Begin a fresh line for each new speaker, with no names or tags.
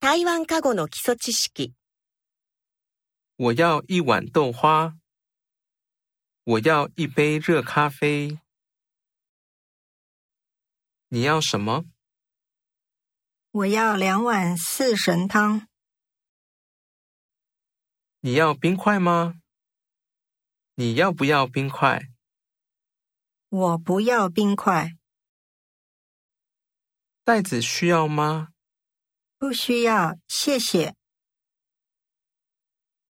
台湾カゴの基礎知識。
我要一碗豆花。我要一杯热咖啡。你要什么？
我要两碗四神汤，
你要冰块吗？你要不要冰块？
我不要冰块，
袋子需要吗？
不需要，谢谢。